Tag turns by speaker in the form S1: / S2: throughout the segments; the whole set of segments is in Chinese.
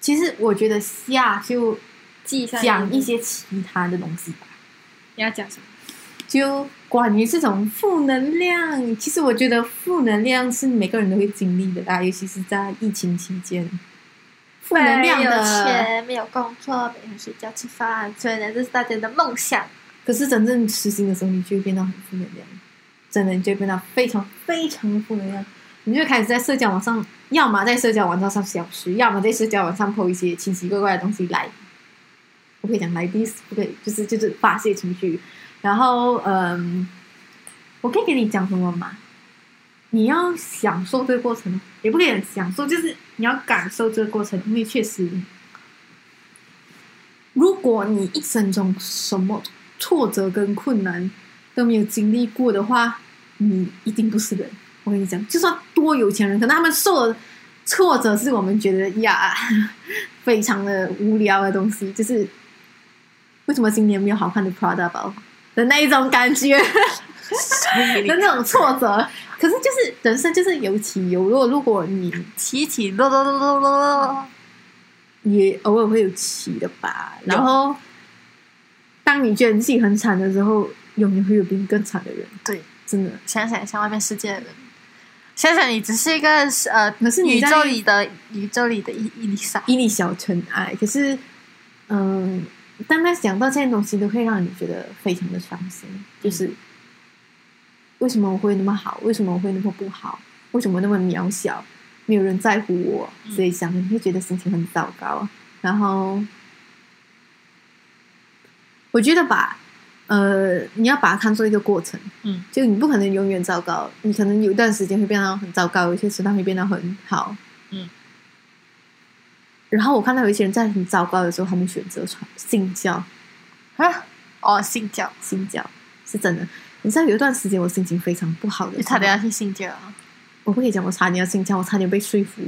S1: 其实我觉得下就
S2: 记一下
S1: 讲一些其他的东西吧，
S2: 你要讲什么？
S1: 就关于这种负能量，其实我觉得负能量是每个人都会经历的啦，尤其是在疫情期间，负能量
S2: 没有
S1: 的。
S2: 钱，没有工作，每天睡觉吃饭，所以呢，这是大家的梦想。
S1: 可是真正实行的时候，你就会变到很负能量，真的你就会变到非常非常负能量，你就会开始在社交网上，要么在社交网站上消失，要么在社交网上 po 一些奇奇怪怪的东西来，不可以讲来 this，不可以，就是就是发泄情绪。然后嗯，我可以给你讲什么吗？你要享受这个过程，也不可以很享受，就是你要感受这个过程，因为确实，如果你一生中什么挫折跟困难都没有经历过的话，你一定不是人。我跟你讲，就算多有钱人，可能他们受的挫折是我们觉得呀， 非常的无聊的东西，就是为什么今年没有好看的 Prada 包的那一种感觉。 的那种挫折。可是就是人生就是有起有落，如果你
S2: 起起落落落落落落，
S1: 也偶尔会有起的吧，然后当你觉得自己很惨的时候，永远会有比你更惨的人，
S2: 对，
S1: 真的。
S2: 想想像外面世界的人，想想你只是一个呃，
S1: 可是你
S2: 宇
S1: 在
S2: 宙里的宇宙里的伊伊丽莎，
S1: 一粒小尘埃，可是，嗯，当他想到这些东西，都会让你觉得非常的伤心。就是为什么我会那么好？为什么我会那么不好？为什么那么渺小？没有人在乎我，
S2: 嗯
S1: 所以想你会觉得心情很糟糕。然后，我觉得吧，呃，你要把它看作一个过程，
S2: 嗯，
S1: 就你不可能永远糟糕，你可能有一段时间会变到很糟糕，有一些时段会变到很好，
S2: 嗯。
S1: 然后我看到有一些人在很糟糕的时候，他们选择传信教，
S2: 啊，哦，信教，
S1: 信教是真的。你知道有一段时间我心情非常不好的
S2: 你
S1: 时候
S2: 差，点要去信教啊，
S1: 我不可以讲我差点要信教，我差点被说服，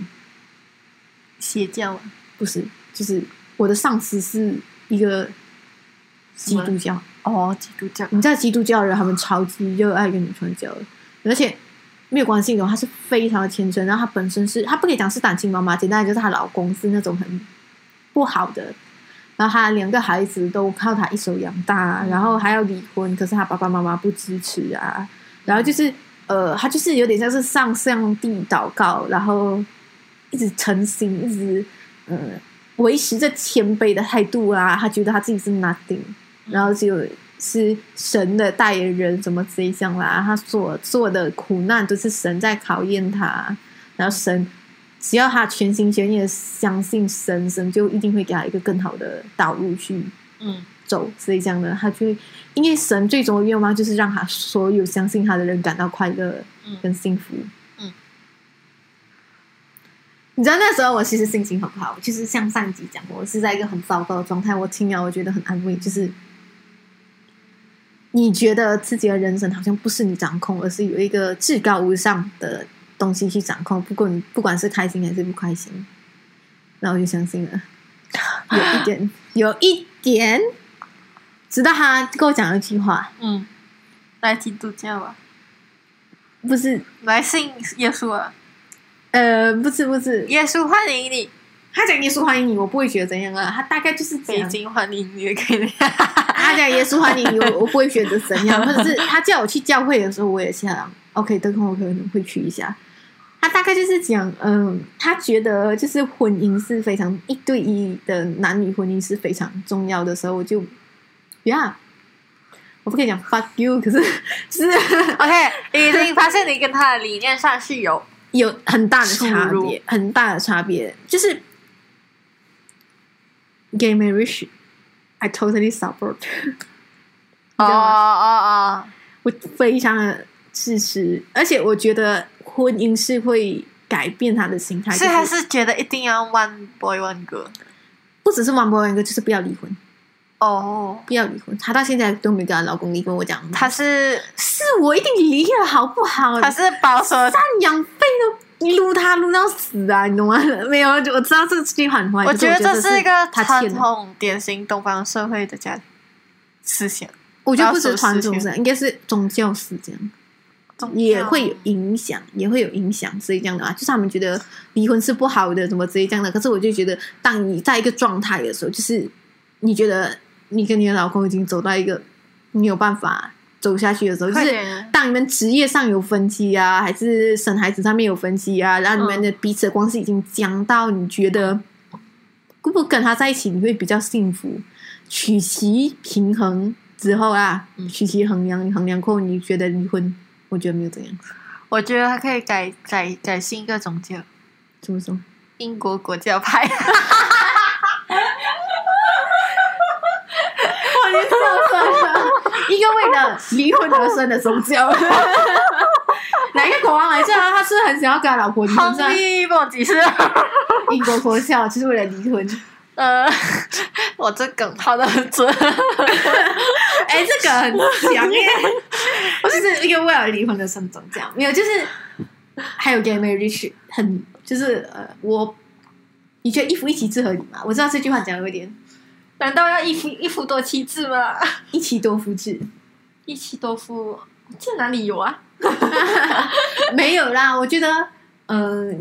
S2: 邪教啊，
S1: 不是，就是我的上司是一个基督教，
S2: 哦，基督教，
S1: 你知道基督教人他们超级热爱跟你传教的，而且没有关系的，哦他是非常的虔诚。然后他本身是，他不可以讲是单亲妈妈，简单来就是她老公是那种很不好的，然后她两个孩子都靠她一手养大，然后还要离婚，可是她爸爸妈妈不支持啊。然后就是呃，她就是有点像是上上帝祷告，然后一直诚心，一直嗯、呃维持着谦卑的态度啊。她觉得她自己是 nothing。然后就是神的代言人，什么这一项啦，他所做的苦难都是神在考验他，然后神只要他全心全意的相信神，神就一定会给他一个更好的道路去
S2: 嗯
S1: 走。所以这样呢，他就会因为神最终的愿望就是让他所有相信他的人感到快乐
S2: 嗯
S1: 跟幸福。
S2: 嗯，
S1: 你知道那时候我其实心情很不好，就是像上一集讲，我是在一个很糟糕的状态。我听了，我觉得很安慰，就是你觉得自己的人生好像不是你掌控，而是有一个至高无上的东西去掌控。不过你不管是开心还是不开心，然后我就相信了，有一点，有一点。直到他跟我讲了一句话，
S2: 嗯，来基督教啊，
S1: 不是，
S2: 来信耶稣啊，
S1: 呃，不是，不是，
S2: 耶稣欢迎你，
S1: 他讲耶稣欢迎你，我不会觉得怎样啊。他大概就是
S2: 北
S1: 讲，
S2: 京欢迎你的概念，
S1: 他讲耶稣欢迎你， 我我不会觉得怎样。或者是他叫我去教会的时候，我也想，OK，等会我可能会去一下。他大概就是讲，嗯，他觉得就是婚姻是非常一对一的男女婚姻是非常重要的时候，我就，Yeah，我不可以讲 fuck you，可是就是
S2: OK，已经发现你跟他的理念上是有
S1: 有很大的差
S2: 出入
S1: 别，很大的差别就是 gay marriage。I totally support，
S2: 哦
S1: 道吗
S2: 哦哦，
S1: 我非常的支持，而且我觉得婚姻是会改变他的心态，
S2: 所以还
S1: 就是
S2: 是觉得一定要 one boy one girl
S1: 不只是 one boy one girl，就是不要离婚，
S2: 哦，
S1: 不要离婚。她到现在都没跟她老公离婚，我讲
S2: 他是
S1: 是我一定离了，好不好？
S2: 他是保守的
S1: 赡养费都撸他撸到死啊，你懂吗？ 没有，就我知道这句很坏，
S2: 我
S1: 可是
S2: 觉
S1: 我
S2: 得
S1: 觉
S2: 这是一个
S1: 他
S2: 传
S1: 欠的
S2: 统、典型东方社会的家思想。
S1: 我觉得不止传
S2: 保守
S1: 统
S2: 思
S1: 是，应该是宗教是这样。
S2: 重要
S1: 也会有影响，也会有影响之类这样的啊。就是他们觉得离婚是不好的，什么之类这样的。可是我就觉得，当你在一个状态的时候，就是你觉得你跟你的老公已经走到一个没有办法走下去的时候，就
S2: 快
S1: 是
S2: 点啊
S1: 当你们职业上有分歧啊，还是生孩子上面有分歧啊，然后你们的彼此的关系已经僵到你觉得，如果跟他在一起你会比较幸福，取其平衡之后啊，
S2: 嗯
S1: 取其衡量衡量过后，你觉得离婚，我觉得没有怎样，
S2: 我觉得还可以改改改信一个宗教，
S1: 怎么说？
S2: 英国国教派。
S1: 一个为了离婚而生的宗教， 哪一个国王来着啊？他是很想要跟他老婆离婚，
S2: 亨
S1: 是吧
S2: 利不懂几次。
S1: 英国国教就是为了离婚。
S2: 呃， 我这梗抛的很准。
S1: 哎、这个很 强欸烈，就是一个为了离婚的慎重，这样没有，就是还有 gay marriage 很就是呃，我你觉得一夫一妻制合理吗？我知道这句话讲的有点
S2: 难道要一夫一夫多妻制吗？
S1: 一妻多夫制，
S2: 一妻多夫，这哪里有啊？
S1: 没有啦，我觉得嗯、呃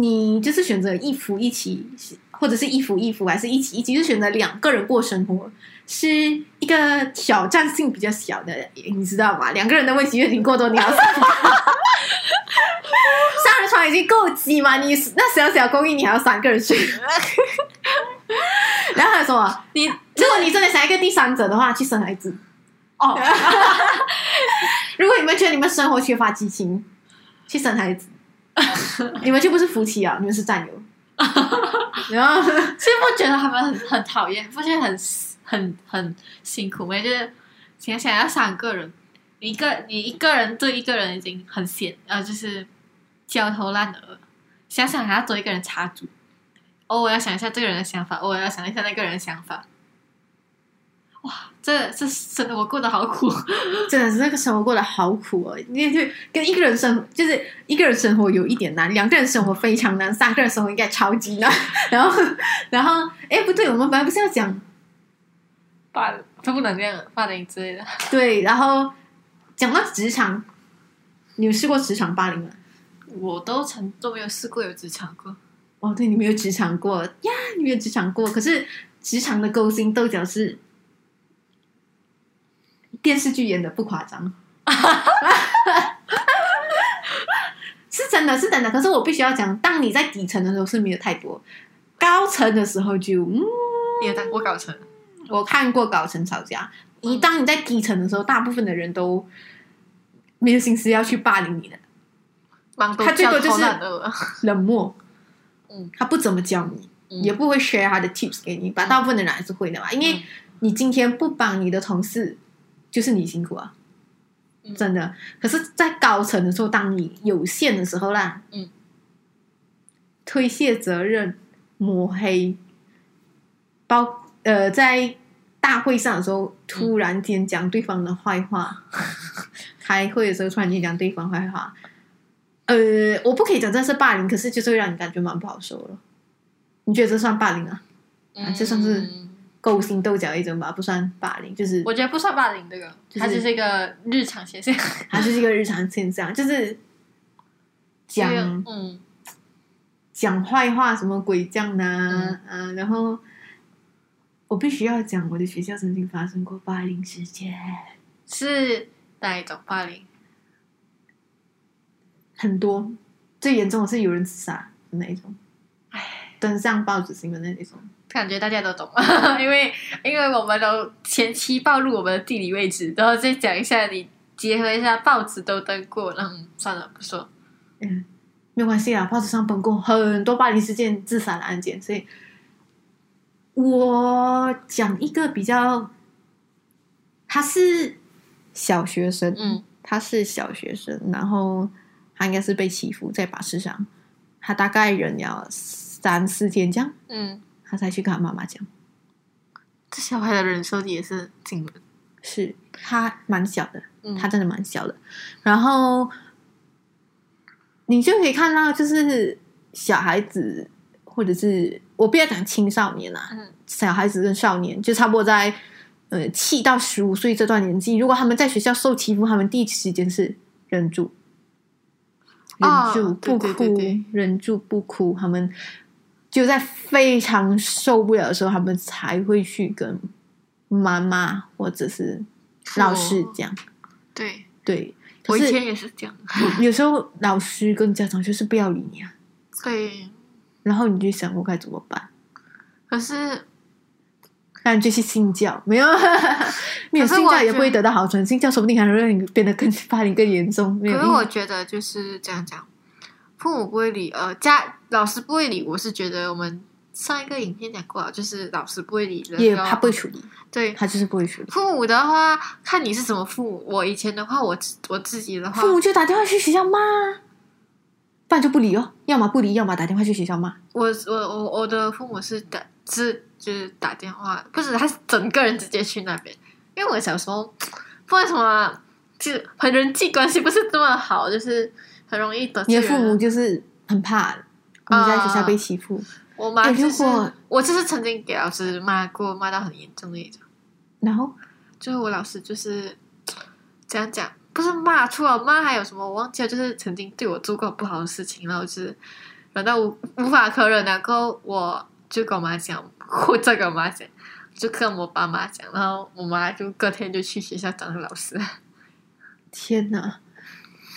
S1: 你就是选择一夫一妻，或者是一夫一夫，还是一妻一妻，就是选择两个人过生活。是一个挑战性比较小的，你知道吗？两个人的问题已经过多，你要三人床已经够挤嘛？你那小小公寓你还要三个人睡，然后还有什么？
S2: 你
S1: 如果你真的想一个第三者的话，去生孩子。
S2: 哦，
S1: 如果你们觉得你们生活缺乏激情，去生孩 子，你们就不是夫妻啊，你们是战友。 然后
S2: 其实不觉得他们很很讨厌，不觉得很很很辛苦吗？就是想想要三个人，你一个你一个人对一个人已经很显呃，就是焦头烂额。想想还要多一个人插足，哦，我要想一下这个人的想法，哦，我要想一下那个人的想法。哇，这这真的我过得好苦。
S1: 真的是那个生活过得好苦哦，你就跟一个人生活，就是一个人生活有一点难，两个人生活非常难，三个人生活应该超级 难。然后，然后，哎，不对，我们本来不是要讲
S2: 霸他不能这样霸凌之类的。
S1: 对，然后讲到职场，你有试过职场霸凌吗？
S2: 我都曾都没有试过有职场过，
S1: 哦，对，你没有职场过呀，你没有职场过。可是职场的勾心斗角是电视剧演的，不夸张，是真的是真的。可是我必须要讲，当你在底层的时候是没有太多，高层的时候就嗯，
S2: 也当过高层。
S1: 我看过高层吵架。你当你在底层的时候，大部分的人都没有心思要去霸凌你的，
S2: 忙
S1: 他最多就是
S2: 的，
S1: 冷漠，
S2: 嗯，
S1: 他不怎么教你。也不会 share 他的 tips 给你吧，大部分的人还是会的嘛，因为
S2: 嗯
S1: 你今天不帮你的同事，就是你辛苦啊，
S2: 嗯
S1: 真的。可是，在高层的时候，当你有限的时候啦，
S2: 嗯，
S1: 推卸责任、抹黑，包呃，在大会上的时
S2: 嗯
S1: 候，突然间讲对方的坏话，开会的时候突然间讲对方坏话。呃，我不可以讲这是霸凌，可是就是会让你感觉蛮不好受了。你觉得这算霸凌啊？啊这算是
S2: 嗯
S1: 勾心斗角一种吧，不算霸凌，就是
S2: 我觉得不算霸凌，这个
S1: 就是
S2: 它只是一个日常现象。
S1: 它就是一个日常现象，就是
S2: 因为
S1: 讲
S2: 嗯，
S1: 讲坏话什么鬼这样的啊，啊然后我必须要讲，我的学校曾经发生过霸凌事件，
S2: 是哪一种霸凌？
S1: 很多，最严重的是有人自杀的那一种，登上报纸新闻的那种。
S2: 感觉大家都懂， 因为因为我们都前期暴露我们的地理位置，然后再讲一下你结合一下报纸都登过，嗯，算了，不说。
S1: 嗯，没有关系啦，报纸上本过很多巴黎事件自杀的案件，所以我讲一个比较，他是小学生，
S2: 嗯，
S1: 他是小学生，然后他应该是被欺负在巴士上，他大概忍了三四天这样，
S2: 嗯，
S1: 他才去跟他妈妈讲，
S2: 这小孩的忍受力也是惊人。
S1: 是他蛮小的，
S2: 嗯，
S1: 他真的蛮小的。然后你就可以看到，就是小孩子或者是我不要讲青少年啦、啊
S2: 嗯
S1: 小孩子跟少年就差不多在呃七到十五岁这段年纪，如果他们在学校受欺负，他们第一时间是忍住，忍
S2: 哦
S1: 住
S2: 对
S1: 不
S2: 对
S1: 哭，
S2: 对对
S1: 忍住不哭，他们就在非常受不了的时候，他们才会去跟妈妈或者是老师
S2: 说
S1: 讲。
S2: 对，
S1: 对，可
S2: 我以
S1: 是
S2: 前也是这样。
S1: 有时候老师跟家长就是不要理你啊，
S2: 对，
S1: 然后你就想我该怎么办。
S2: 可是
S1: 那你就去信教，没有，没有
S2: 可是
S1: 信
S2: 我
S1: 教也
S2: 觉
S1: 不会得到好转，信教说不定还能让你变得更霸凌更严重。没有
S2: 可
S1: 意
S2: 是
S1: 义，
S2: 我觉得就是这样讲，父母不会理，呃，家老师不会理。我是觉得我们上一个影片讲过了，就是老师不会理人，
S1: 也
S2: 然后
S1: 他不会处理，
S2: 对
S1: 他就是不会处理。
S2: 父母的话，看你是什么父母。我以前的话，我自我自己的话，
S1: 父母就打电话去学校骂，不然就不理哦，要么不理，要么打电话去学校骂。
S2: 我我我我的父母是打是就是打电话，不是他是整个人直接去那边，因为我小时候不知道为什么啊，就是和人际关系不是这么好，就是很容易得罪
S1: 你的
S2: 人。啊
S1: 父母就是很怕你在学校被欺负，
S2: 我妈
S1: 哎
S2: 就
S1: 如
S2: 是、
S1: 果
S2: 我就是曾经给老师骂过，骂到很严重的那种。
S1: 然后
S2: 就是我老师就是怎样讲，不是骂，除了骂还有什么我忘记了，就是曾经对我做过不好的事情，然后就是忍到无无法可忍，然后我就跟我妈讲， 我再跟我妈讲，就跟我爸妈讲，然后我妈就隔天就去学校找那个老师。
S1: 天哪，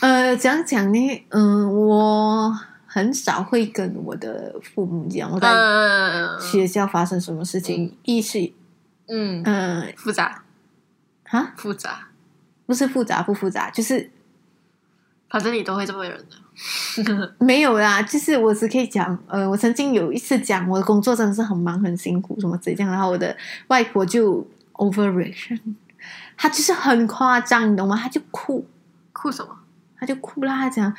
S1: 呃，讲讲呢，嗯，我很少会跟我的父母讲我在
S2: 嗯
S1: 学校发生什么事情，一是
S2: 嗯，
S1: 嗯
S2: 复杂
S1: 啊。
S2: 复杂，
S1: 不是复杂不复杂，就是
S2: 反正你都会这么忍的。
S1: 没有啦。就是我只可以讲，呃，我曾经有一次讲我的工作真的是很忙很辛苦什么之类这样，然后我的外婆就 overreaction，她就是很夸张，你懂吗？她就哭，
S2: 哭什么？
S1: 她就哭啦，她讲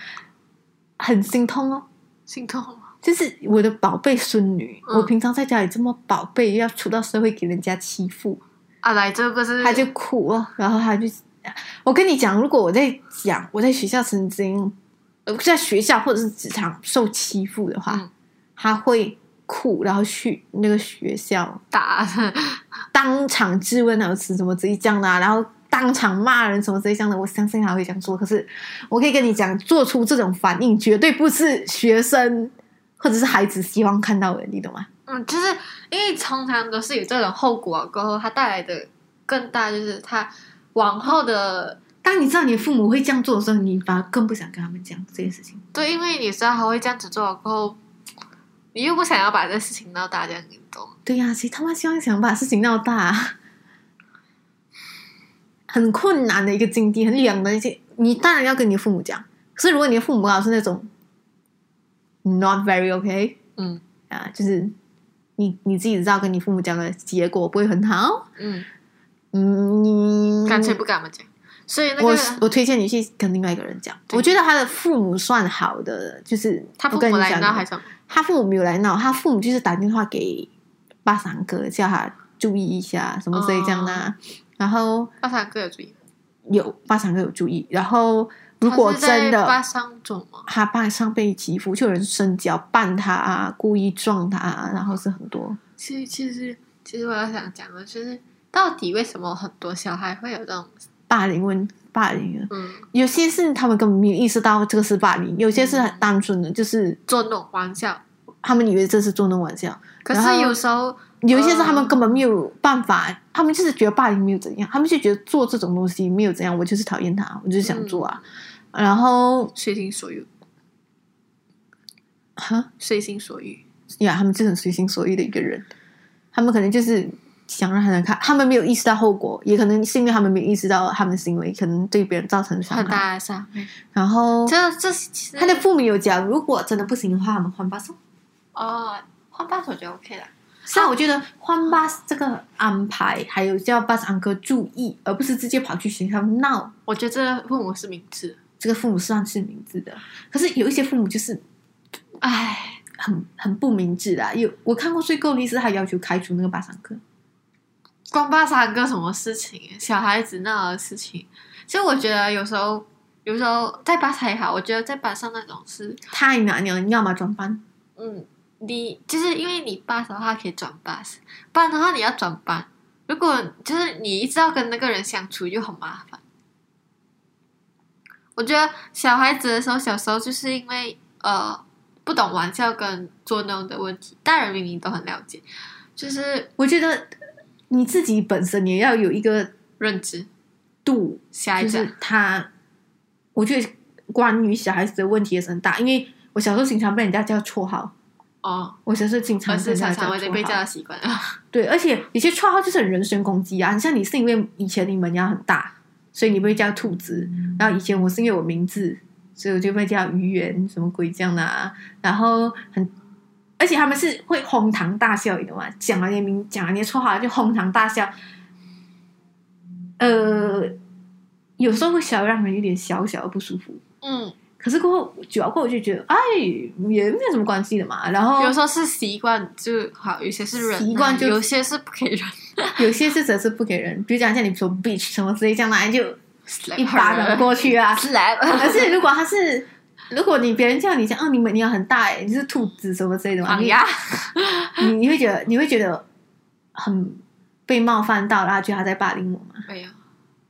S1: 很心痛哦。
S2: 心痛吗？
S1: 就是我的宝贝孙女，
S2: 嗯
S1: 我平常在家里这么宝贝，又要出到社会给人家欺负，
S2: 啊，来，这个是
S1: 他就哭哦，然后他就，啊我跟你讲，如果我在讲我在学校曾经，呃在学校或者是职场受欺负的话，
S2: 嗯
S1: 他会哭，然后去那个学校
S2: 打，
S1: 当场质问老师什么之类这样的、啊，然后当场骂人什么之类这样的，我相信他会这样做。可是我可以跟你讲，做出这种反应绝对不是学生或者是孩子希望看到的，你懂吗？
S2: 嗯，就是因为通常都是有这种后果过后，它带来的更大就是它往后的
S1: 当你知道你父母会这样做的时候，你反而更不想跟他们讲这件事情。
S2: 对，因为你知道他会这样子做过后，你又不想要把这事情闹大家，你懂？
S1: 对呀、谁他妈希望想把事情闹大、啊？ 很困难的一个境地，很两难的一些。你当然要跟你父母讲，可是如果你的父母老是那种 not very okay
S2: 嗯
S1: 啊，就是你你自己知道跟你父母讲的结果不会很好，
S2: 嗯，
S1: 嗯，你
S2: 干脆不跟他们讲。所以那
S1: 我
S2: 个
S1: 我推嗯荐你去跟另外一个人讲，
S2: 对
S1: 我觉得他的父母算好的，就是
S2: 他父
S1: 我跟
S2: 母
S1: 你
S2: 来
S1: 讲
S2: 闹
S1: 的
S2: 还是什么？
S1: 他父母没有来闹，他父母就是打电话给八三哥，叫他注意一下什么之类这样的
S2: 哦
S1: 啊、然后
S2: 八三哥有注意，
S1: 有八三哥有注意，然后如果
S2: 他是在
S1: 真
S2: 八
S1: 的
S2: 三种吗？
S1: 他爸上被欺负，就有人伸脚绊他啊，故意撞他啊，然后是很多。
S2: 其实其实其实我要想讲的就是，到底为什么很多小孩会有这种
S1: 霸凌问霸凌啊，
S2: 嗯
S1: 有些是他们根本没有意识到这个是霸凌，有些是
S2: 嗯
S1: 很单纯的，就是
S2: 捉弄玩笑？
S1: 他们以为这是捉弄玩笑，
S2: 可
S1: 然后
S2: 是有时候
S1: 有一些是他们根本没有办法，他们就是觉得霸凌没有怎样，他们就觉得做这种东西没有怎样，我就是讨厌他，我就是想做啊。然后
S2: 随心所欲。
S1: 哈
S2: 随心所欲。
S1: 呀，他们就是很随心所欲的一个人，他们可能就是想让他难看，他们没有意识到后果，也可能是因为他们没有意识到他们的行为可能对别人造成伤
S2: 很
S1: 害。
S2: 大的伤害。
S1: 然后
S2: 这这其实
S1: 嗯他的父母有讲，如果真的不行的话，他们换巴士。
S2: 哦，换伴手就 OK 了。
S1: 像我觉得换巴士这个安排，还有叫巴士安哥注意，而不是直接跑去学校闹。
S2: 我觉得这父母是明智的，
S1: 这个父母算是明智的，可是有一些父母就是
S2: 唉，
S1: 很很不明智啦。有我看过最够力是他要求开除那个巴桑克，
S2: 关爸三哥什么事情？小孩子闹的事情，其实我觉得有时候。有时候在巴萨也好，我觉得在巴上那种是，
S1: 太难了，你要么转班，
S2: 嗯，你就是因为你巴的话可以转巴士，不然的话你要转班，如果就是你一直要跟那个人相处，就很麻烦。我觉得小孩子的时候，小时候就是因为呃不懂玩笑跟捉弄的问题，大人明明都很了解，就是
S1: 我觉得你自己本身也要有一个
S2: 认知
S1: 度，
S2: 下一
S1: 就
S2: 个
S1: 是他，我觉得关于小孩子的问题也是很大，因为我小时候经常被人家叫绰号，
S2: 哦，
S1: 我小时候经常
S2: 而
S1: 被
S2: 是
S1: 人家
S2: 常
S1: 叫
S2: 常会被
S1: 绰
S2: 叫
S1: 号。
S2: 到 习惯了。
S1: 对，而且有些绰号就是很人身攻击啊！你像你是因为以前你门牙很大，所以你被叫兔子；然后以前我是因为我名字，所以我就被叫鱼圆什么鬼这样的啊。然后很，而且他们是会哄堂大笑，你懂吗？讲完你的名，讲完你的绰号就哄堂大笑。呃，有时候会小让人有点小小的不舒服。
S2: 嗯，
S1: 可是过后久了过后，我就觉得哎，也没有什么关系的嘛。然后
S2: 有时候是习惯就好，有些是忍耐
S1: 习惯就
S2: 有些是不可以忍。
S1: 有些是只是不给人，比如讲像你说 bitch 什么之类这样的，哎就一 巴掌过去啊。
S2: slap，
S1: 可是如果他是，如果你别人叫你讲，哦，你们你要很大哎，你是兔子什么之类的嘛，
S2: 绑
S1: 你
S2: 牙。
S1: 你你会觉得你会觉得很被冒犯到，然后觉得他在霸凌我嘛？
S2: 没有，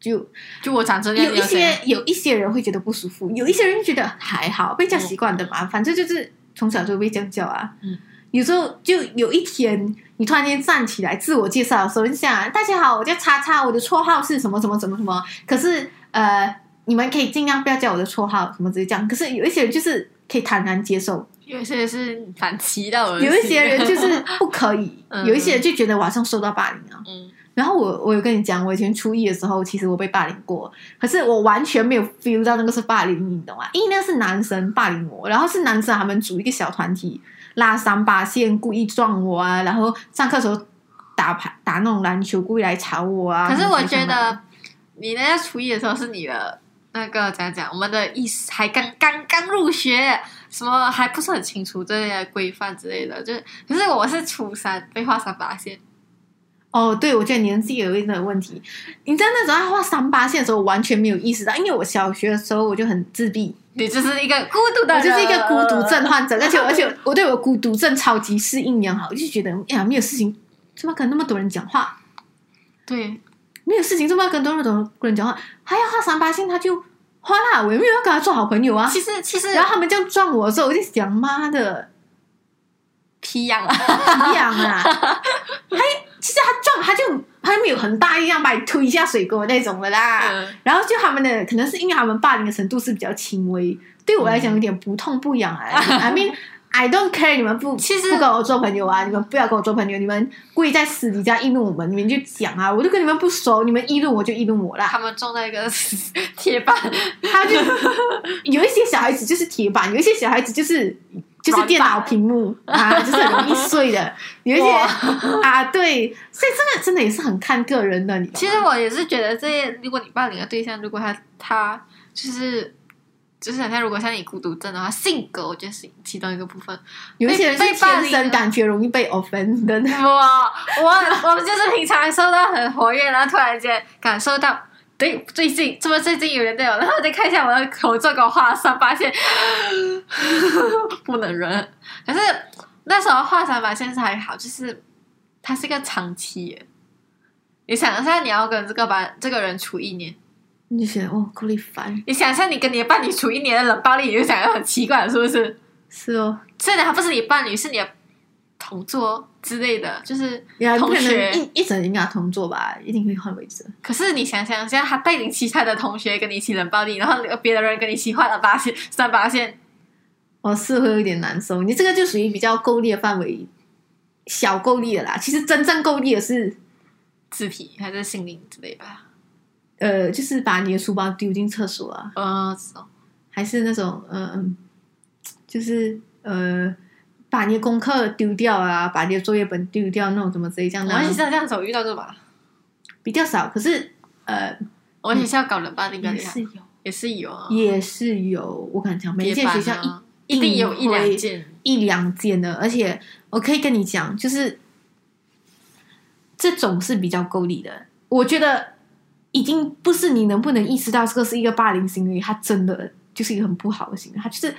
S1: 就
S2: 就我长这样，
S1: 有一些有一些人会觉得不舒服，有一些人就觉得还好，被叫习惯的嘛，反正就是从小就被这样叫啊。
S2: 嗯，
S1: 有时候就有一天你突然间站起来自我介绍的时候，你想大家好，我叫叉叉，我的绰号是什么什么什么什么，可是呃，你们可以尽量不要叫我的绰号，什么直接讲。可是有一些人就是可以坦然接受，
S2: 有一些是反其道而行，
S1: 有一些人就是不可以
S2: 嗯
S1: 有一些人就觉得晚上受到霸凌啊。
S2: 嗯
S1: 然后我我有跟你讲，我以前初一的时候，其实我被霸凌过，可是我完全没有 feel 到那个是霸凌，你懂吗？因为那是男生霸凌我，然后是男生他们组一个小团体拉三八线，故意撞我啊，然后上课的时候打牌打那种篮球，故意来吵我啊。
S2: 可是我
S1: 什么之类
S2: 觉
S1: 的
S2: 得你那个初一的时候是你的那个怎样讲，我们的意识还刚刚刚入学，什么还不是很清楚这些规范之类的。就是，可是我是初三被画三 八线，
S1: 哦，对，我觉得年纪有一点问题。你在那时候他画三八线的时候，我完全没有意识到，因为我小学的时候我就很自闭，
S2: 你就是一个孤独的
S1: 我
S2: 人，
S1: 就是一个孤独症。患 者，而且而且我对我孤独症超级适应良好，我就觉得哎呀，没有事情，怎么跟那么多人讲话？
S2: 对，
S1: 没有事情，怎么跟那么多人讲话？还要画三八线，他就画啦，我也没有要跟他做好朋 友啊。
S2: 其实其实
S1: 然后他们这样撞我的时候，我就想，妈的，
S2: 皮痒了，
S1: 一样啊！ 还其实他撞他就他没有很大力量把你推下水沟那种的啦。
S2: 嗯
S1: 然后就他们的可能是因为他们霸凌的程度是比较轻微，对我来讲有点不痛不痒 啊。I mean I don't care，你们不
S2: 其实
S1: 不跟我做朋友啊，你们不要跟我做朋友，你们故意在私底下议论我们，你们就讲啊，我就跟你们不熟，你们议论我就议论我 啦。
S2: 他们中到一个铁板，
S1: 他就有一些小孩子就是铁板，有一些小孩子就是。就是电脑屏幕啊，就是很容易碎的。有一些啊，对，所以真的真的也是很看个人的。你懂吗
S2: 其实我也是觉得这些，如果你霸凌的对象，如果他他就是就是好像如果像你孤独症的话，性格我觉得是其中一个部分。
S1: 有一些人是
S2: 被被霸
S1: 天
S2: 凌
S1: 生
S2: 了
S1: 感觉容易被 offend 的那
S2: 我我我就是平常收到很活跃，然后突然间感受到。对，最近这么最近有人对我，然后我再看一下我的口罩给我画三八线， 不能忍。可是那时候画三八线是还好，就是它是一个长期耶。你想一下，你要跟这个班这个人处一年，
S1: 你就觉得哦，够力烦，
S2: 你想象你跟你的伴侣处一年的冷暴力，你就想要很奇怪，是不是？
S1: 是哦，
S2: 虽然他不是你伴侣，是你的同桌之类的，就是
S1: 你还不
S2: 同
S1: 可能
S2: 学。
S1: 一一整年跟他同做吧，一定会换位置。
S2: 可是你想想，现在他带领其他的同学跟你一起冷暴力，然后别的人跟你一起画了八线、三八线，
S1: 哦，是会有点难受。你这个就属于比较够力的范围，小够力的啦。其实真正够力的是，
S2: 肢体还是心灵之类吧。
S1: 呃，就是把你的书包丢进厕所啊，
S2: 嗯，这种
S1: 还是那种，嗯、嗯，就是呃，把你的功课丢掉啊，把你的作业本丢掉那种什么之类这样的
S2: 我
S1: 啊
S2: 们，学校这样子，我遇到这
S1: 嗯
S2: 吧，
S1: 比较少。可是呃，
S2: 我们学校搞冷暴力比较
S1: 也
S2: 厉害
S1: 是，有，
S2: 也是有啊，
S1: 也是有。我敢讲，每一
S2: 别
S1: 间
S2: 班
S1: 学
S2: 啊
S1: 校一
S2: 一定有一
S1: 定
S2: 两
S1: 会
S2: 件，
S1: 一两件的，而且我可以跟你讲，就是这种是比较够力的。我觉得已经不是你能不能意识到这个是一个霸凌行为，它真的就是一个很不好的行为，它就是。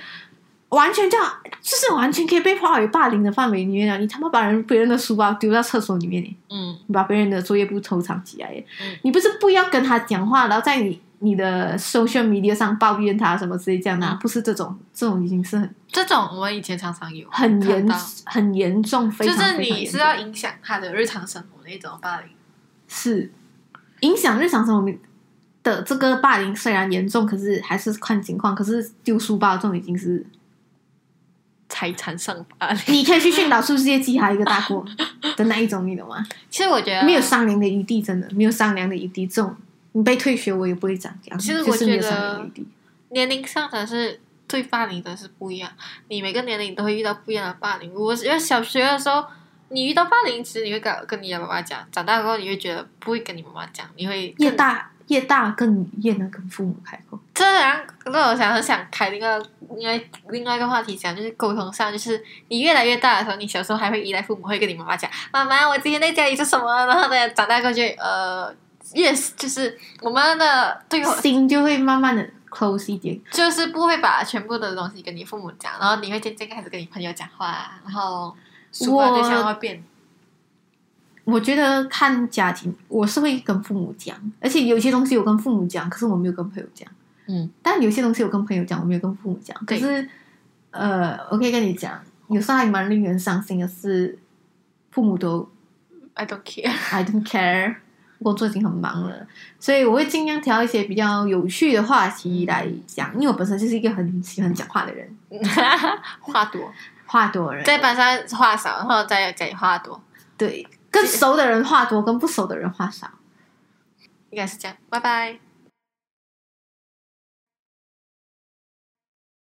S1: 完全这样，就是完全可以被划为霸凌的范围里面了。你他妈把人别人的书包丢到厕所里面，你
S2: 嗯
S1: 你把别人的作业簿偷藏起来耶，
S2: 嗯
S1: 你不是不要跟他讲话，然后在你你的 social media 上抱怨他什么之类这样的啊、
S2: 嗯
S1: 不是这种，这种已经是很
S2: 这种我以前常常有
S1: 很
S2: 看
S1: 严
S2: 到
S1: 很严重，非
S2: 就
S1: 常
S2: 是
S1: 非常
S2: 你
S1: 严
S2: 是
S1: 重
S2: 要影响他的日常生活的一种霸凌。
S1: 是影响日常生活的这个霸凌虽然严重，可是还是看情况，可是丢书包这种已经是
S2: 财产上霸凌，
S1: 你可以去训导处直接记他一个大 过的那一种，你懂吗？
S2: 其实我觉得
S1: 没有商量的余地，真的没有商量的余地。这种你被退学，我也不会讲讲，
S2: 其实
S1: 就
S2: 我
S1: 是没有
S2: 觉得
S1: 商量的余地。
S2: 年龄上的是对霸凌的是不一样，你每个年龄都会遇到不一样的霸凌。我因为小学的时候，你遇到霸凌，其实你会跟跟你的爸爸讲，长大过后你会觉得不会跟你妈妈讲，你会
S1: 越
S2: 更
S1: 大越大更越能跟父母开口。
S2: 这样，啊那我想很想开另外另外另外一个话题讲，就是沟通上，就是你越来越大的时候，你小时候还会依赖父母，会跟你妈妈讲：“妈妈，我今天在家里做什么？”然后呢，长大过后就呃，yes，就是我们的 对啊 我
S1: 心就会慢慢的 close 一点，
S2: 就是不会把全部的东西跟你父母讲，然后你会渐渐开始跟你朋友讲话，然后说话对象会变。
S1: 我觉得看家庭，我是会跟父母讲，而且有些东西我跟父母讲，可是我没有跟朋友讲。
S2: 嗯，
S1: 但有些东西我跟朋友讲，我没有跟父母讲。可
S2: 对
S1: 是，呃，我可以跟你讲，有时候还蛮令人伤心的是，父母都
S2: I don't care。
S1: I don't care，工作已经很忙了，所以我会尽量挑一些比较有趣的话
S2: 嗯
S1: 题来讲，因为我本身就是一个很喜欢讲话的人，
S2: 话多，
S1: 话多的人。
S2: 在班上话少，然后在家里话多，
S1: 对，跟熟的人话多，跟不熟的人话少。
S2: 应该是这样。拜拜。